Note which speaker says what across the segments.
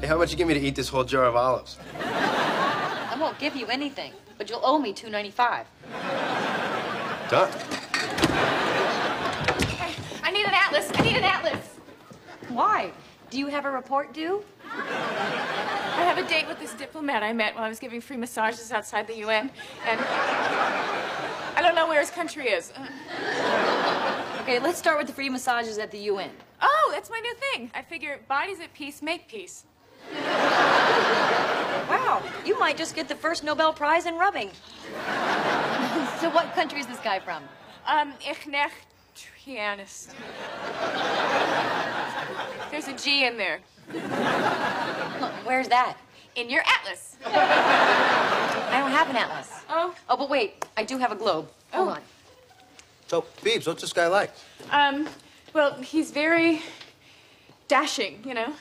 Speaker 1: Hey, how about you give me to eat this whole jar of olives?
Speaker 2: I won't give you anything, but you'll owe me two ninety-five.
Speaker 1: Done.
Speaker 3: I need an atlas. I need an atlas.
Speaker 2: Why? Do you have a report due?
Speaker 3: I have a date with this diplomat I met while I was giving free massages outside the UN, and I don't know where his country is. Uh,
Speaker 2: Okay, let's start with the free massages at the UN.
Speaker 3: Oh, that's my new thing. I figure bodies at peace make peace.
Speaker 2: Wow, you might just get the first Nobel Prize in rubbing. so, what country is this guy from?
Speaker 3: Um, ich nech Trianis. There's a G in there.
Speaker 2: Where's that?
Speaker 3: In your atlas.
Speaker 2: I don't have an atlas.
Speaker 3: Oh,
Speaker 2: Oh, but wait, I do have a globe. Hold
Speaker 3: Oh.
Speaker 2: on.
Speaker 1: So, Phoebes, what's this guy like?
Speaker 3: um, well, he's very dashing, you know,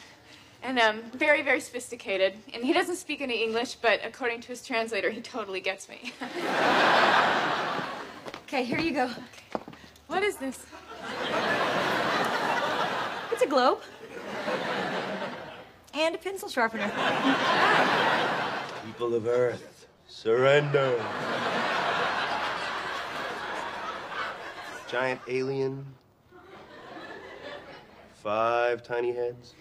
Speaker 3: and um, very, very sophisticated. And he doesn't speak any English, but according to his translator, he totally gets me.
Speaker 2: Okay, here you go.
Speaker 3: what is this?
Speaker 2: It's a globe. And a pencil sharpener.
Speaker 1: People of Earth, surrender. Giant alien. Five tiny heads.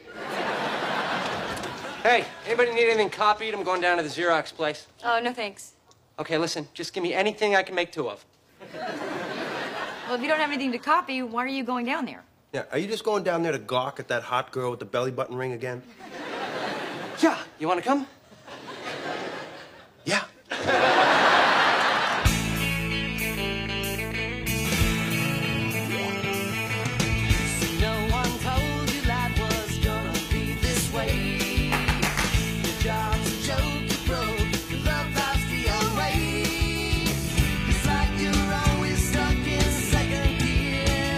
Speaker 4: Hey, anybody need anything copied? I'm going down to the Xerox place.
Speaker 2: Oh, no thanks.
Speaker 4: Okay, listen, just give me anything I can make two of.
Speaker 2: Well, if you don't have anything to copy, why are you going down there?
Speaker 1: Yeah, are you just going down there to gawk at that hot girl with the belly button ring again?
Speaker 4: Yeah, you want to come?
Speaker 1: Yeah.
Speaker 5: No one told you life was gonna be this way. Your job's a joke, you broke, your love life's the way. It's like you're always stuck in second gear.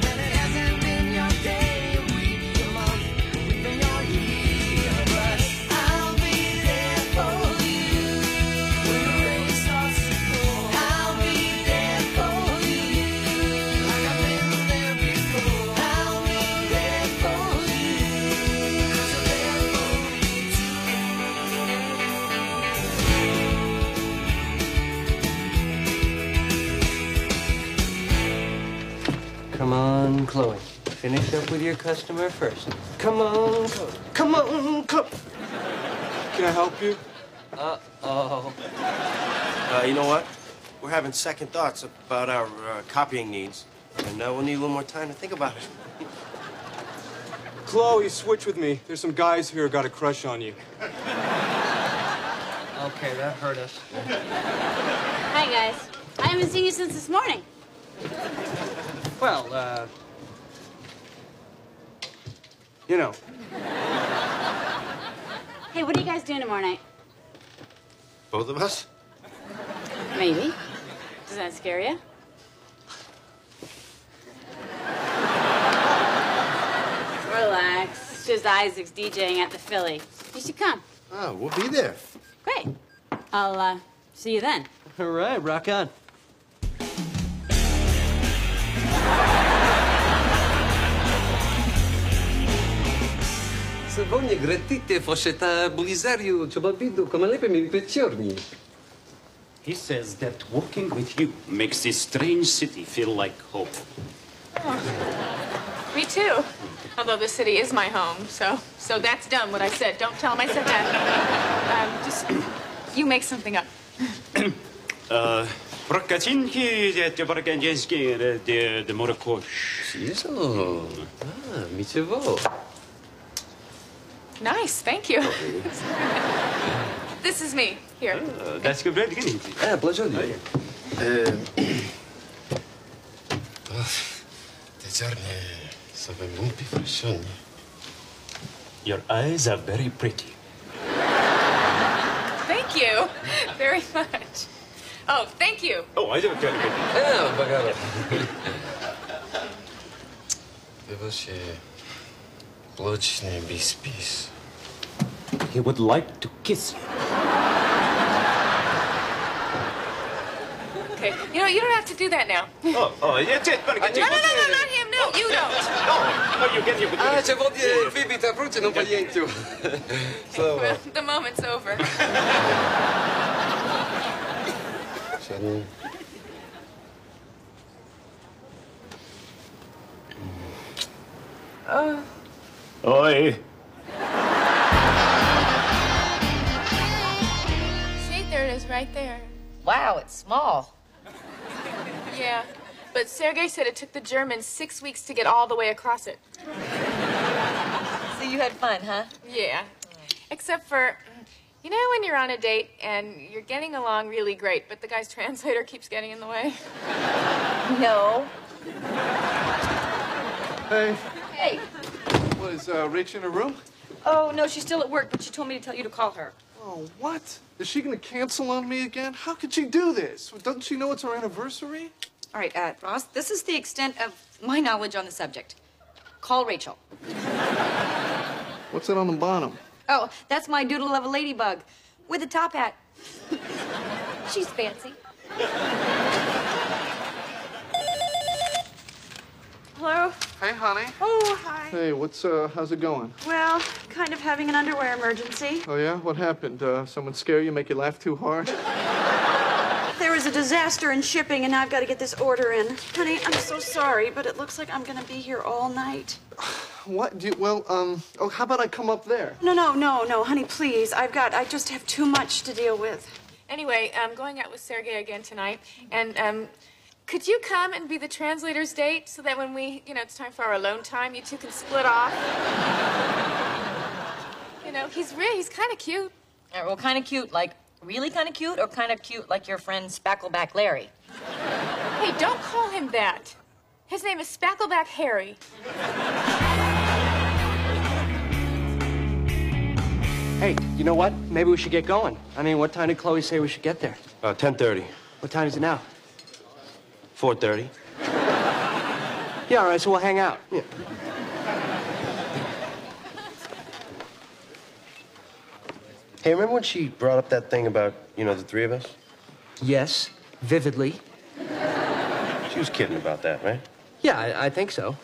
Speaker 5: When it hasn't been your day, your week, your month, even your year. But I'll be there for you. When the rain starts to pour, I'll be there for you. Like I've been there before, I'll be there for you. So there for me
Speaker 4: Come on, Chloe. Finish up with your customer first. Come on, Chloe. Come on, Chloe. Can I help you? Uh-oh.
Speaker 1: Oh. Uh, you know what? We're having second thoughts about our uh, copying needs, and uh, we'll need a little more time to think about it.
Speaker 6: Chloe, switch with me. There's some guys here who got a crush on you.
Speaker 4: Okay, that hurt us.
Speaker 7: Hi, guys. I haven't seen you since this morning.
Speaker 4: Well, uh... You know,
Speaker 7: Hey, what are you guys doing tomorrow night?
Speaker 1: Both of us?
Speaker 7: Maybe. Does that scare you? Relax. It's just Isaac's DJing at the Philly. You should come.
Speaker 1: Oh, we'll be there.
Speaker 7: Great. I'll uh, see you then.
Speaker 4: all right, rock on.
Speaker 8: Сьогодні гратити фошета Булізарію Чобабіду Комалепим і Печорні.
Speaker 9: He says that working with you makes this strange city feel like home.
Speaker 3: Me too. Although this city is my home, so so that's dumb what I said. Don't tell him I said that. um, just you make something up.
Speaker 9: Uh, Прокатинки, это Баракандинский, это Деморокош.
Speaker 8: Сізо.
Speaker 9: Ah,
Speaker 8: А, міцево.
Speaker 3: Nice, thank you. this is me here.
Speaker 9: That's good, right? Good.
Speaker 8: А, плачоді.
Speaker 10: Uh,
Speaker 9: Your eyes are very pretty.
Speaker 3: Thank you very much. Oh, thank you.
Speaker 9: Oh, I don't care.
Speaker 8: А, багато.
Speaker 10: uh,
Speaker 9: He would like to kiss you.
Speaker 3: Okay. You know you don't have to do that now.
Speaker 9: Oh, oh, it's it,
Speaker 3: No, no, no, no, not him. No, you don't.
Speaker 9: No, No, you get you.
Speaker 8: Ah, c'è vuol dire, Bibi, ti approcci non paglietto. So, uh,
Speaker 3: Well, the moment's over.
Speaker 8: so-
Speaker 9: Oi.
Speaker 3: See, there it is, right there.
Speaker 11: Wow, it's small.
Speaker 3: Yeah. But Sergei said it took the Germans six weeks to get all the way across it.
Speaker 11: So you had fun, huh?
Speaker 3: Yeah. Except for, you know, when you're on a date and you're getting along really great, but the guy's translator keeps getting in the way?
Speaker 11: No.
Speaker 6: Hey,
Speaker 2: Hey.
Speaker 6: was uh, Rach in her room?
Speaker 2: Oh, no, she's still at work, but she told me to tell you to call her.
Speaker 6: Oh, what? Is she gonna cancel on me again? How could she do this? Doesn't she know it's our anniversary?
Speaker 2: All right, uh, Ross, this is the extent of my knowledge on the subject. Call Rachel.
Speaker 6: What's that on the bottom?
Speaker 2: Oh, that's my doodle of a ladybug with a top hat. she's fancy. Hello?
Speaker 6: Hey, honey.
Speaker 2: Oh, hi.
Speaker 6: Hey, what's uh, how's it going?
Speaker 2: Well, kind of having an underwear emergency.
Speaker 6: Oh yeah, what happened? Uh, someone scare you, make you laugh too hard?
Speaker 2: There was a disaster in shipping, and now I've got to get this order in. Honey, I'm so sorry, but it looks like I'm going to be here all night.
Speaker 6: What? Do you, well, um. Oh, how about I come up there?
Speaker 2: No, no, no, no, honey, please. I've got, I just have too much to deal with.
Speaker 3: Anyway, I'm going out with Sergei again tonight, and um, could you come and be the translator's date so that when we, you know, it's time for our alone time, you two can split off? you know, he's real. He's kind of cute.
Speaker 2: Uh,
Speaker 11: All right, well, kind of cute, like really kind of cute, or kind of cute, like your friend Spackleback Larry.
Speaker 3: Hey, don't call him that. His name is Spackleback Harry.
Speaker 4: Hey, you know what? Maybe we should get going. I mean, what time did Chloe say we should get there?
Speaker 1: Uh, 10.30,
Speaker 4: What time is it now?
Speaker 1: 4.30.
Speaker 4: Yeah, all right, so we'll hang out. Yeah.
Speaker 1: Hey, remember when she brought up that thing about, you know, the three of us?
Speaker 4: Yes, vividly.
Speaker 1: She was kidding about that, right?
Speaker 4: Yeah, I, I think so.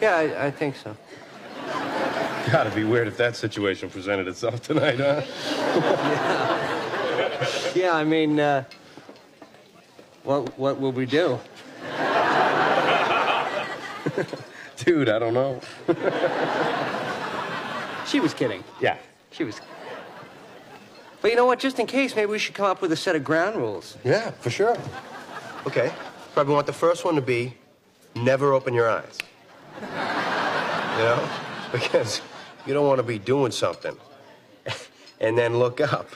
Speaker 4: Yeah, I, I think so.
Speaker 1: Gotta be weird if that situation presented itself tonight, huh?
Speaker 4: Yeah, I mean, uh, what what will we do?
Speaker 1: Dude, I don't know.
Speaker 4: She was kidding.
Speaker 1: Yeah.
Speaker 4: She was. But you know what? Just in case, maybe we should come up with a set of ground rules.
Speaker 1: Yeah, for sure. Okay. Probably want the first one to be never open your eyes. You know? Because you don't want to be doing something and then look up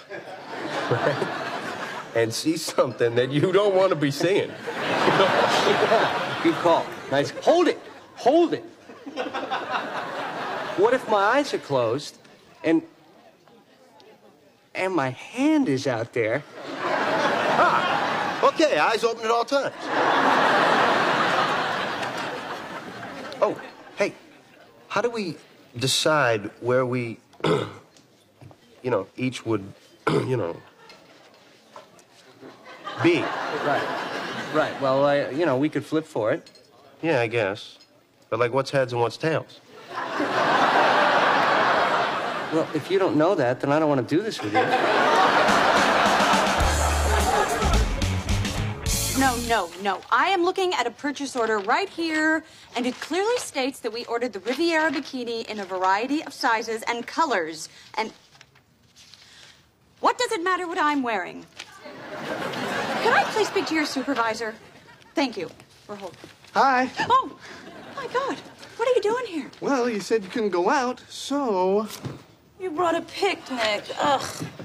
Speaker 1: right? and see something that you don't want to be seeing.
Speaker 4: Good call. Nice. Hold it. Hold it. What if my eyes are closed and and my hand is out there?
Speaker 1: Ah, Okay, eyes open at all times. oh, hey, how do we decide where we, you know, each would, you know, be?
Speaker 4: Right. Right. Well, I, you know, we could flip for it.
Speaker 1: Yeah, I guess. But like, what's heads and what's tails?
Speaker 4: Well, if you don't know that, then I don't want to do this with you.
Speaker 2: No, no, no. I am looking at a purchase order right here, and it clearly states that we ordered the Riviera bikini in a variety of sizes and colors. And what does it matter what I'm wearing? Can I please speak to your supervisor? Thank you. We're holding.
Speaker 6: Hi.
Speaker 2: Oh, my God. What are you doing here?
Speaker 6: Well, you said you couldn't go out, so
Speaker 12: You brought a picnic. Ugh,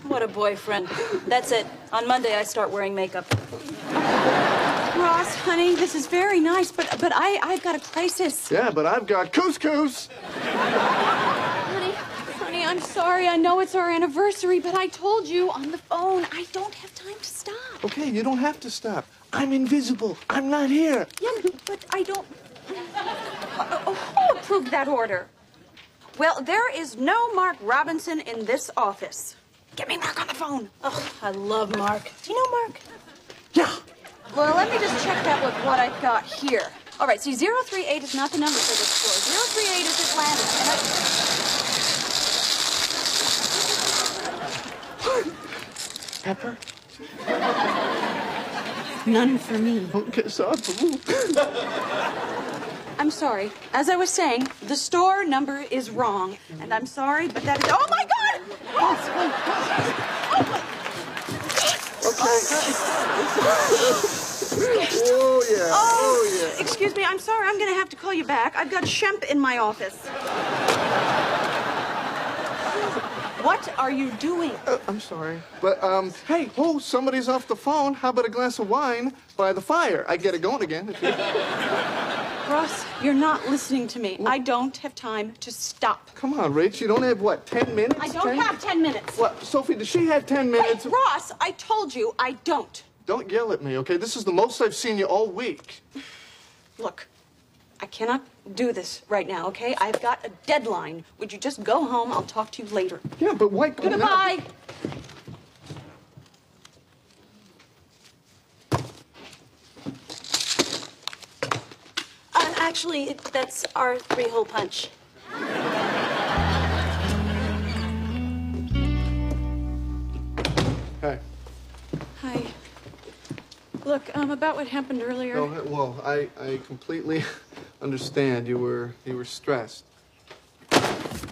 Speaker 12: what a boyfriend. That's it. On Monday, I start wearing makeup.
Speaker 2: Ross, honey, this is very nice, but but I I've got a crisis.
Speaker 6: yeah. But I've got couscous.
Speaker 2: Honey, honey, I'm sorry. I know it's our anniversary, but I told you on the phone I don't have time to stop.
Speaker 6: Okay, you don't have to stop. I'm invisible. I'm not here.
Speaker 2: Yeah, but I don't. Uh, who approved that order? Well, there is no Mark Robinson in this Oh, office. Get me Mark on the phone.
Speaker 12: Ugh, I love Mark. Do you know Mark?
Speaker 6: Yeah.
Speaker 2: Well, let me just check that with what I've got here. All right, so 038 is not the number for this store. 038 is Atlanta. And I-
Speaker 5: Pepper?
Speaker 2: None for me.
Speaker 6: Okay, so I believe.
Speaker 2: I'm sorry. As I was saying, the store number is wrong. And I'm sorry, but that is. Oh my God!
Speaker 6: oh, yeah.
Speaker 2: Oh, Excuse me, I'm sorry. I'm going to have to call you back. I've got Shemp in my office. what are you doing?
Speaker 6: Uh, I'm sorry. But, um, hey, ho, somebody's off the phone. How about a glass of wine by the fire? I get it going again. if you-
Speaker 2: Ross, you're not listening to me. I don't have time to stop.
Speaker 6: Come on, Rach. You don't have, what, 10 minutes?
Speaker 2: I don't have 10 minutes.
Speaker 6: What, Sophie, does she have 10 minutes?
Speaker 2: Wait, Ross, I told you I don't.
Speaker 6: Don't yell at me, okay? This is the most I've seen you all week.
Speaker 2: Look, I cannot do this right now, okay? I've got a deadline. Would you just go home? I'll talk to you later.
Speaker 6: Yeah, but why?
Speaker 2: Goodbye.
Speaker 12: Uh, actually, it, that's our three-hole punch.
Speaker 6: Hey.
Speaker 3: Hi. Look, um, about what happened earlier.
Speaker 6: No, well, I, I completely understand. You were you were stressed.
Speaker 2: I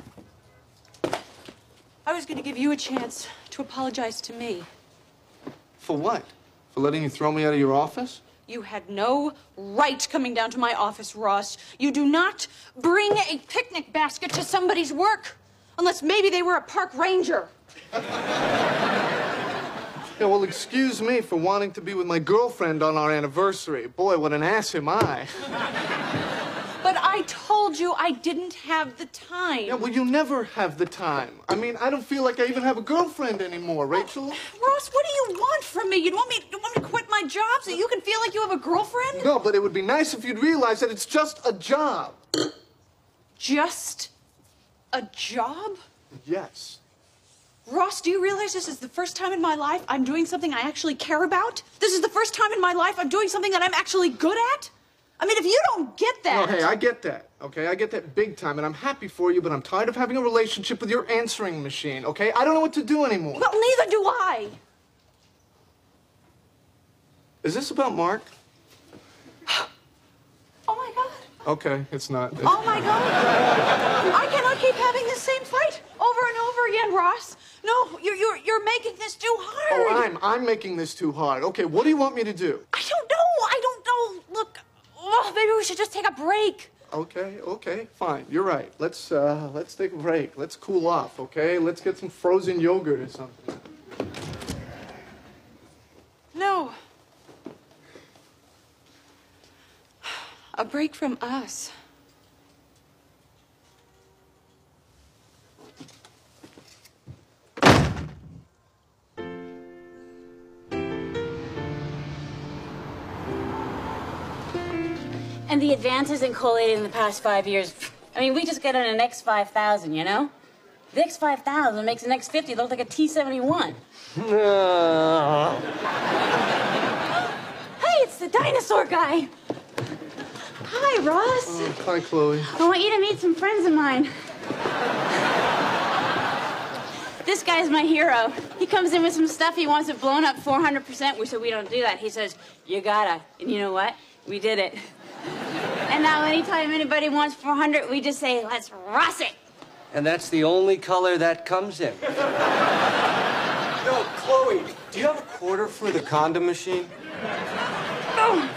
Speaker 2: was going to give you a chance to apologize to me.
Speaker 6: For what? For letting you throw me out of your office?
Speaker 2: You had no right coming down to my office, Ross. You do not bring a picnic basket to somebody's work unless maybe they were a park ranger.
Speaker 6: Yeah, well, excuse me for wanting to be with my girlfriend on our anniversary. Boy, what an ass am I.
Speaker 2: But I told you I didn't have the time.
Speaker 6: Yeah, well, you never have the time. I mean, I don't feel like I even have a girlfriend anymore, Rachel.
Speaker 2: Ross, what do you want from me? You want me, you want me to quit my job so you can feel like you have a girlfriend?
Speaker 6: No, but it would be nice if you'd realize that it's just a job.
Speaker 2: Just a job?
Speaker 6: Yes.
Speaker 2: Ross, do you realize this is the first time in my life I'm doing something I actually care about? This is the first time in my life I'm doing something that I'm actually good at? I mean, if you don't get that.
Speaker 6: No, Oh, hey, I get that. Okay, I get that big time, and I'm happy for you, but I'm tired of having a relationship with your answering machine, okay? I don't know what to do anymore.
Speaker 2: Well, neither do I.
Speaker 6: Is this about Mark? oh my god. Okay, it's not. It's-
Speaker 2: Oh my god. I cannot keep having the same fight over and over again, Ross. No, you're, you're, you're making this too hard.
Speaker 6: Oh, I'm I'm making this too hard. Okay, what do you want me to do?
Speaker 2: I don't know. I don't know. Look, oh, maybe we should just take a break.
Speaker 6: Okay, okay, fine. You're right. Let's uh let's take a break. Let's cool off, okay? Let's get some frozen yogurt or something.
Speaker 2: No. A break from us.
Speaker 7: And the advances in collating in the past five years. I mean, we just get on an X5000, you know? The X5000 makes an X50 look like a T71. Hey, it's the dinosaur guy. Hi, Ross.
Speaker 6: Hi, Chloe.
Speaker 7: I want you to meet some friends of mine. This guy's my hero. He comes in with some stuff he wants it blown up 400%. We said we don't do that. He says, You gotta. And you know what? We did it. And now, anytime anybody wants 400, we just say, Let's Ross it.
Speaker 4: And that's the only color that comes in. No, Chloe, do you have a quarter for the condom machine? Oh.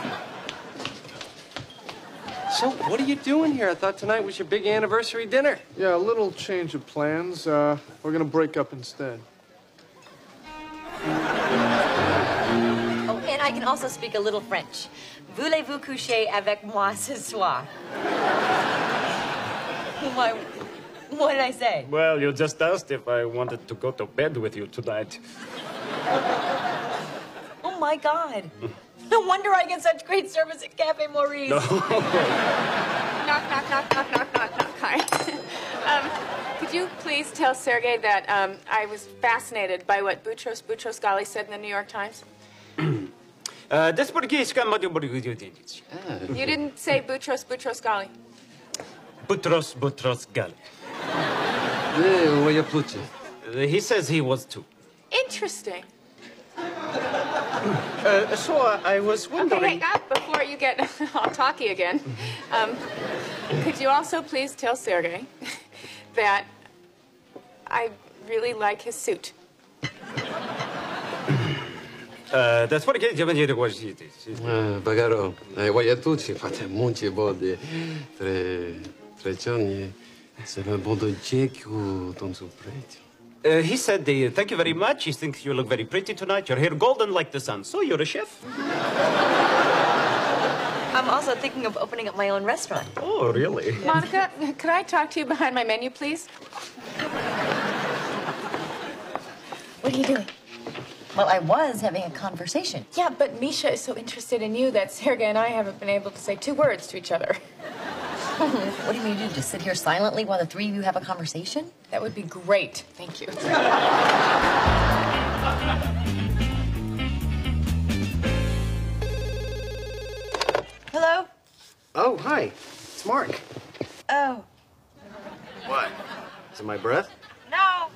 Speaker 4: So, what are you doing here? I thought tonight was your big anniversary dinner.
Speaker 6: Yeah, a little change of plans. Uh we're going to break up instead.
Speaker 11: Oh, and I can also speak a little French. Voulez-vous coucher avec moi ce soir? Why, what did I say?
Speaker 9: Well, you just asked if I wanted to go to bed with you tonight.
Speaker 11: Oh my God. No wonder I get such great service at Cafe Maurice.
Speaker 3: Knock, knock, knock, knock, knock, knock, knock. Hi. um, could you please tell Sergey that um, I was fascinated by what Boutros Boutros Ghali said in the New York Times?
Speaker 9: Uh, Despergué Scamaduburididic.
Speaker 3: You didn't say Boutros Boutros Ghali.
Speaker 9: Butros Butros Ghali. Oya Pluto. Uh, He says he was too.
Speaker 3: Interesting.
Speaker 9: Uh, so I was
Speaker 3: Okay,
Speaker 9: wondering.
Speaker 3: hey, up before you get all talky again. Um, could you also please tell Sergey that I really like his suit?
Speaker 9: Uh, Despergué Scamaduburidic.
Speaker 10: Ah, Bagaro, eh, voi a tutti fate molti body. Tre, tre giorni se ne bodo cieco, non so pretty.
Speaker 9: Uh, he said, uh, thank you very much. He thinks you look very pretty tonight. Your hair golden like the sun. So you're a chef?
Speaker 11: I'm also thinking of opening up my own restaurant.
Speaker 9: Oh, really?
Speaker 3: Monica, could I talk to you behind my menu, please?
Speaker 11: What are you doing? Well, I was having a conversation.
Speaker 3: Yeah, but Misha is so interested in you that Sergey and I haven't been able to say two words to each other.
Speaker 11: what do you mean you do? Just sit here silently while the three of you have a conversation?
Speaker 3: That would be great. Thank you.
Speaker 2: Hello?
Speaker 1: Oh, hi. It's Mark.
Speaker 2: Oh,
Speaker 1: What? Is it my breath?
Speaker 2: no.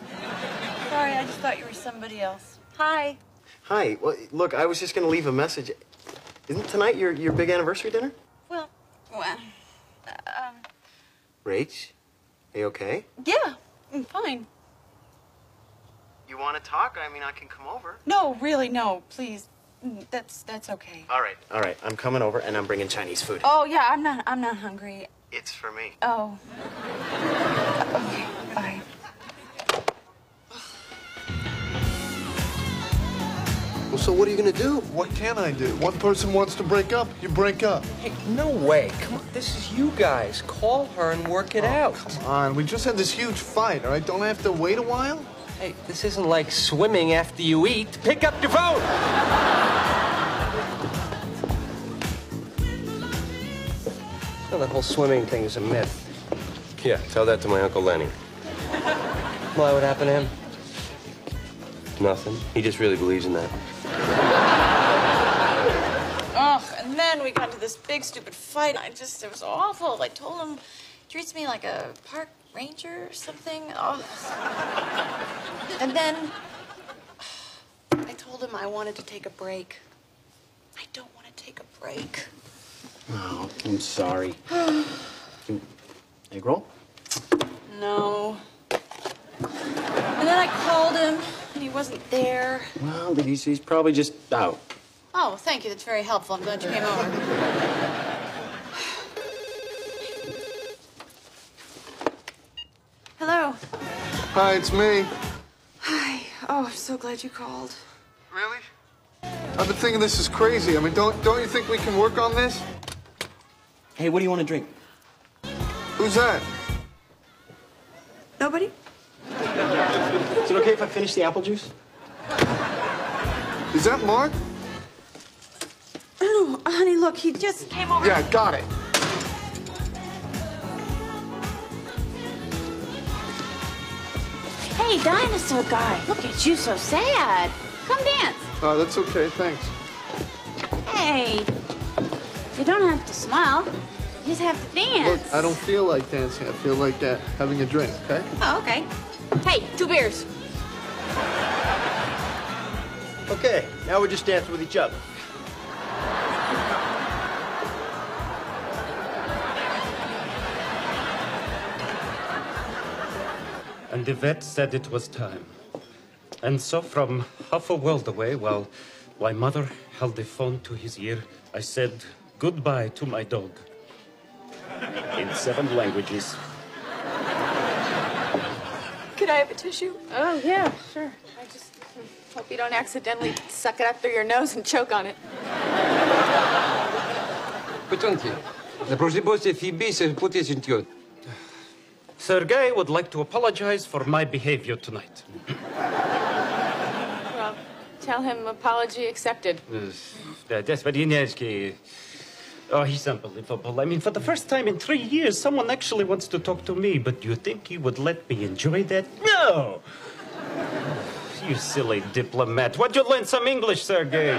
Speaker 2: Sorry, I just thought you were somebody else. Hi.
Speaker 13: Hi. Well, look, I was just gonna leave a message. Isn't tonight your, your big anniversary dinner?
Speaker 2: Well, well, um,
Speaker 13: Rach, are you okay?
Speaker 2: yeah, I'm fine.
Speaker 13: You want to talk? I mean, I can come over.
Speaker 2: No, really, no, please. Mm, That's, that's okay.
Speaker 13: All right, all right. I'm coming over, and I'm bringing Chinese food.
Speaker 2: Oh, yeah, I'm not, I'm not hungry.
Speaker 13: It's for me.
Speaker 2: Oh. Okay, bye.
Speaker 6: Well, so what are you gonna do? What can I do? One person wants to break up, you break up.
Speaker 4: Hey, no way. Come on, this is you guys. Call her and work
Speaker 6: Oh.
Speaker 4: it out.
Speaker 6: Come on, we just had this huge fight, all right? Don't I have to wait a while?
Speaker 4: Hey, this isn't like swimming after you eat. Pick up your phone.
Speaker 1: No, that whole swimming thing is a myth. Yeah, tell that to my Uncle Lenny.
Speaker 4: Why would happen to him?
Speaker 1: Nothing. He just really believes in that.
Speaker 2: Ugh, and then we got into this big stupid fight. I just, it was awful. I told him, treats me like a park ranger or something. Ugh. And then I told him I wanted to take a break. I don't want to take a break.
Speaker 13: Oh, I'm sorry. Egg roll?
Speaker 2: no. And then I called him, and he wasn't there.
Speaker 13: Well, he's, he's probably just out.
Speaker 2: Oh, thank you. That's very helpful. I'm glad you came over.
Speaker 3: Hello.
Speaker 6: Hi, it's me.
Speaker 2: Hi. Oh, I'm so glad you called.
Speaker 6: Really? I've been thinking this is crazy. I mean, don't don't you think we can work on this? Hey, what do you want to drink? Who's that?
Speaker 2: Nobody?
Speaker 13: Is it okay if I finish the apple juice?
Speaker 6: Is that Mark?
Speaker 2: Oh, honey, look, he just came over.
Speaker 6: Yeah, got it.
Speaker 7: Hey, dinosaur guy, look at you so sad. Come dance.
Speaker 6: Oh, that's okay. Thanks.
Speaker 7: Hey, you don't have to smile. You just have to dance.
Speaker 6: Look, I don't feel like dancing. I feel like uh, having a drink. Okay.
Speaker 7: Oh, okay. Hey, two beers.
Speaker 13: Okay, now we're just dancing with each other.
Speaker 9: And the vet said it was time. And so, from half a world away, while my mother held the phone to his ear, I said goodbye to my dog. In seven languages.
Speaker 3: Could I have a tissue? Oh, yeah, sure. I just hope you don't accidentally suck it up through your nose and choke on it.
Speaker 4: Потенки. Да прожди бойся, Фиби, се путись идиот.
Speaker 9: Sergei would like to apologize for my behavior tonight.
Speaker 3: Well, tell him apology accepted.
Speaker 9: Uh, Desvarinyevsky. Oh, he's unbelievable. I mean, for the first time in three years, someone actually wants to talk to me, but you think he would let me enjoy that? No! You silly diplomat. Why'd you learn some English, Sergei?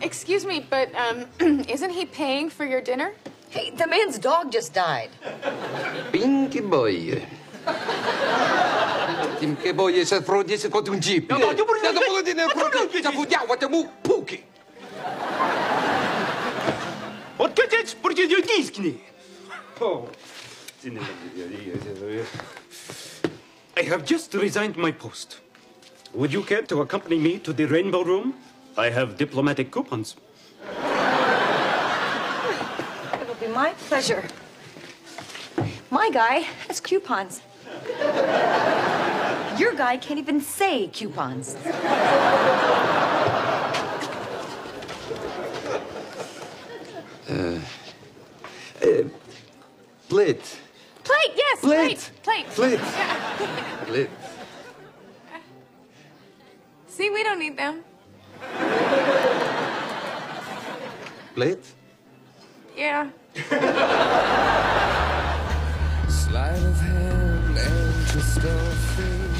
Speaker 3: Excuse me, but um, isn't he paying for your dinner?
Speaker 11: Hey, the man's dog just died.
Speaker 8: Pinky boy. Pinky boy să frăudeze cu un jeep.
Speaker 5: Nu, nu, nu, nu,
Speaker 8: Să mă din fraude, să fudea, uite mu puki.
Speaker 5: Вот катец против дискни.
Speaker 9: Oh, I have just resigned my post. Would you care to accompany me to the Rainbow Room? I have diplomatic coupons.
Speaker 11: It'll be my pleasure. My guy has coupons. Your guy can't even say coupons.
Speaker 8: E,
Speaker 10: Uh, uh, plate.
Speaker 3: Plate, yes, plate, plate.
Speaker 10: Plate.
Speaker 3: Yeah.
Speaker 10: Plate.
Speaker 3: See, we don't need them.
Speaker 10: Plate?
Speaker 3: Yeah.
Speaker 5: Sleight of hand and twist of fate.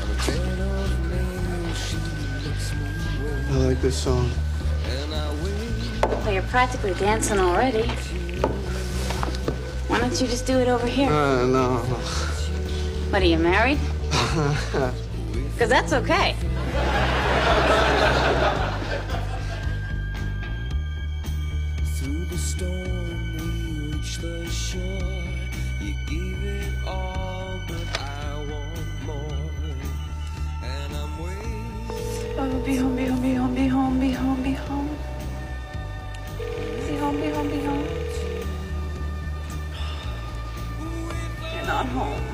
Speaker 5: I'm a man of man, she looks me way.
Speaker 6: I like this song.
Speaker 5: And I wait.
Speaker 7: Well, you're practically dancing already. Why don't you just do it over here?
Speaker 6: Uh, no.
Speaker 7: What are you married? Because that's okay.
Speaker 5: Through the storm, we reach the shore. You give it all, but I want more. And I'm waiting.
Speaker 3: Oh, be home, be home, be home, be home, be home, be home. Be home, be home, be home. You're not home.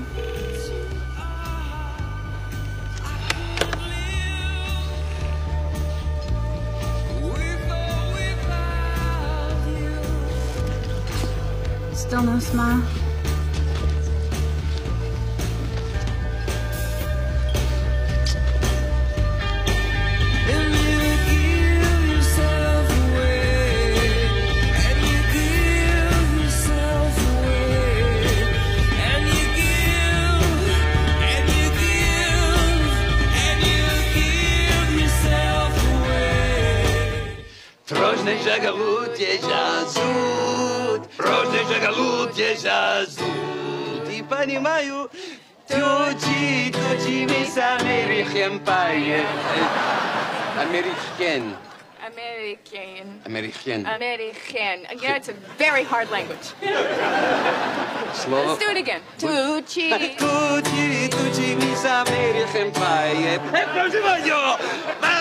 Speaker 7: Still no smile?
Speaker 5: And you give yourself away. And you give yourself away. And you give. And you give. And you give yourself away.
Speaker 8: Rożne żagalutie zazut, rożne żagalutie zazut. I понимаю, тучи, тучи мисс Америкен пае. American,
Speaker 3: American.
Speaker 8: American.
Speaker 3: American. Yeah, it's a very hard language.
Speaker 8: Слово.
Speaker 3: Let's do it again. Tucci.
Speaker 8: Тучи, тучи мисс Америкен пае. Прошу вас,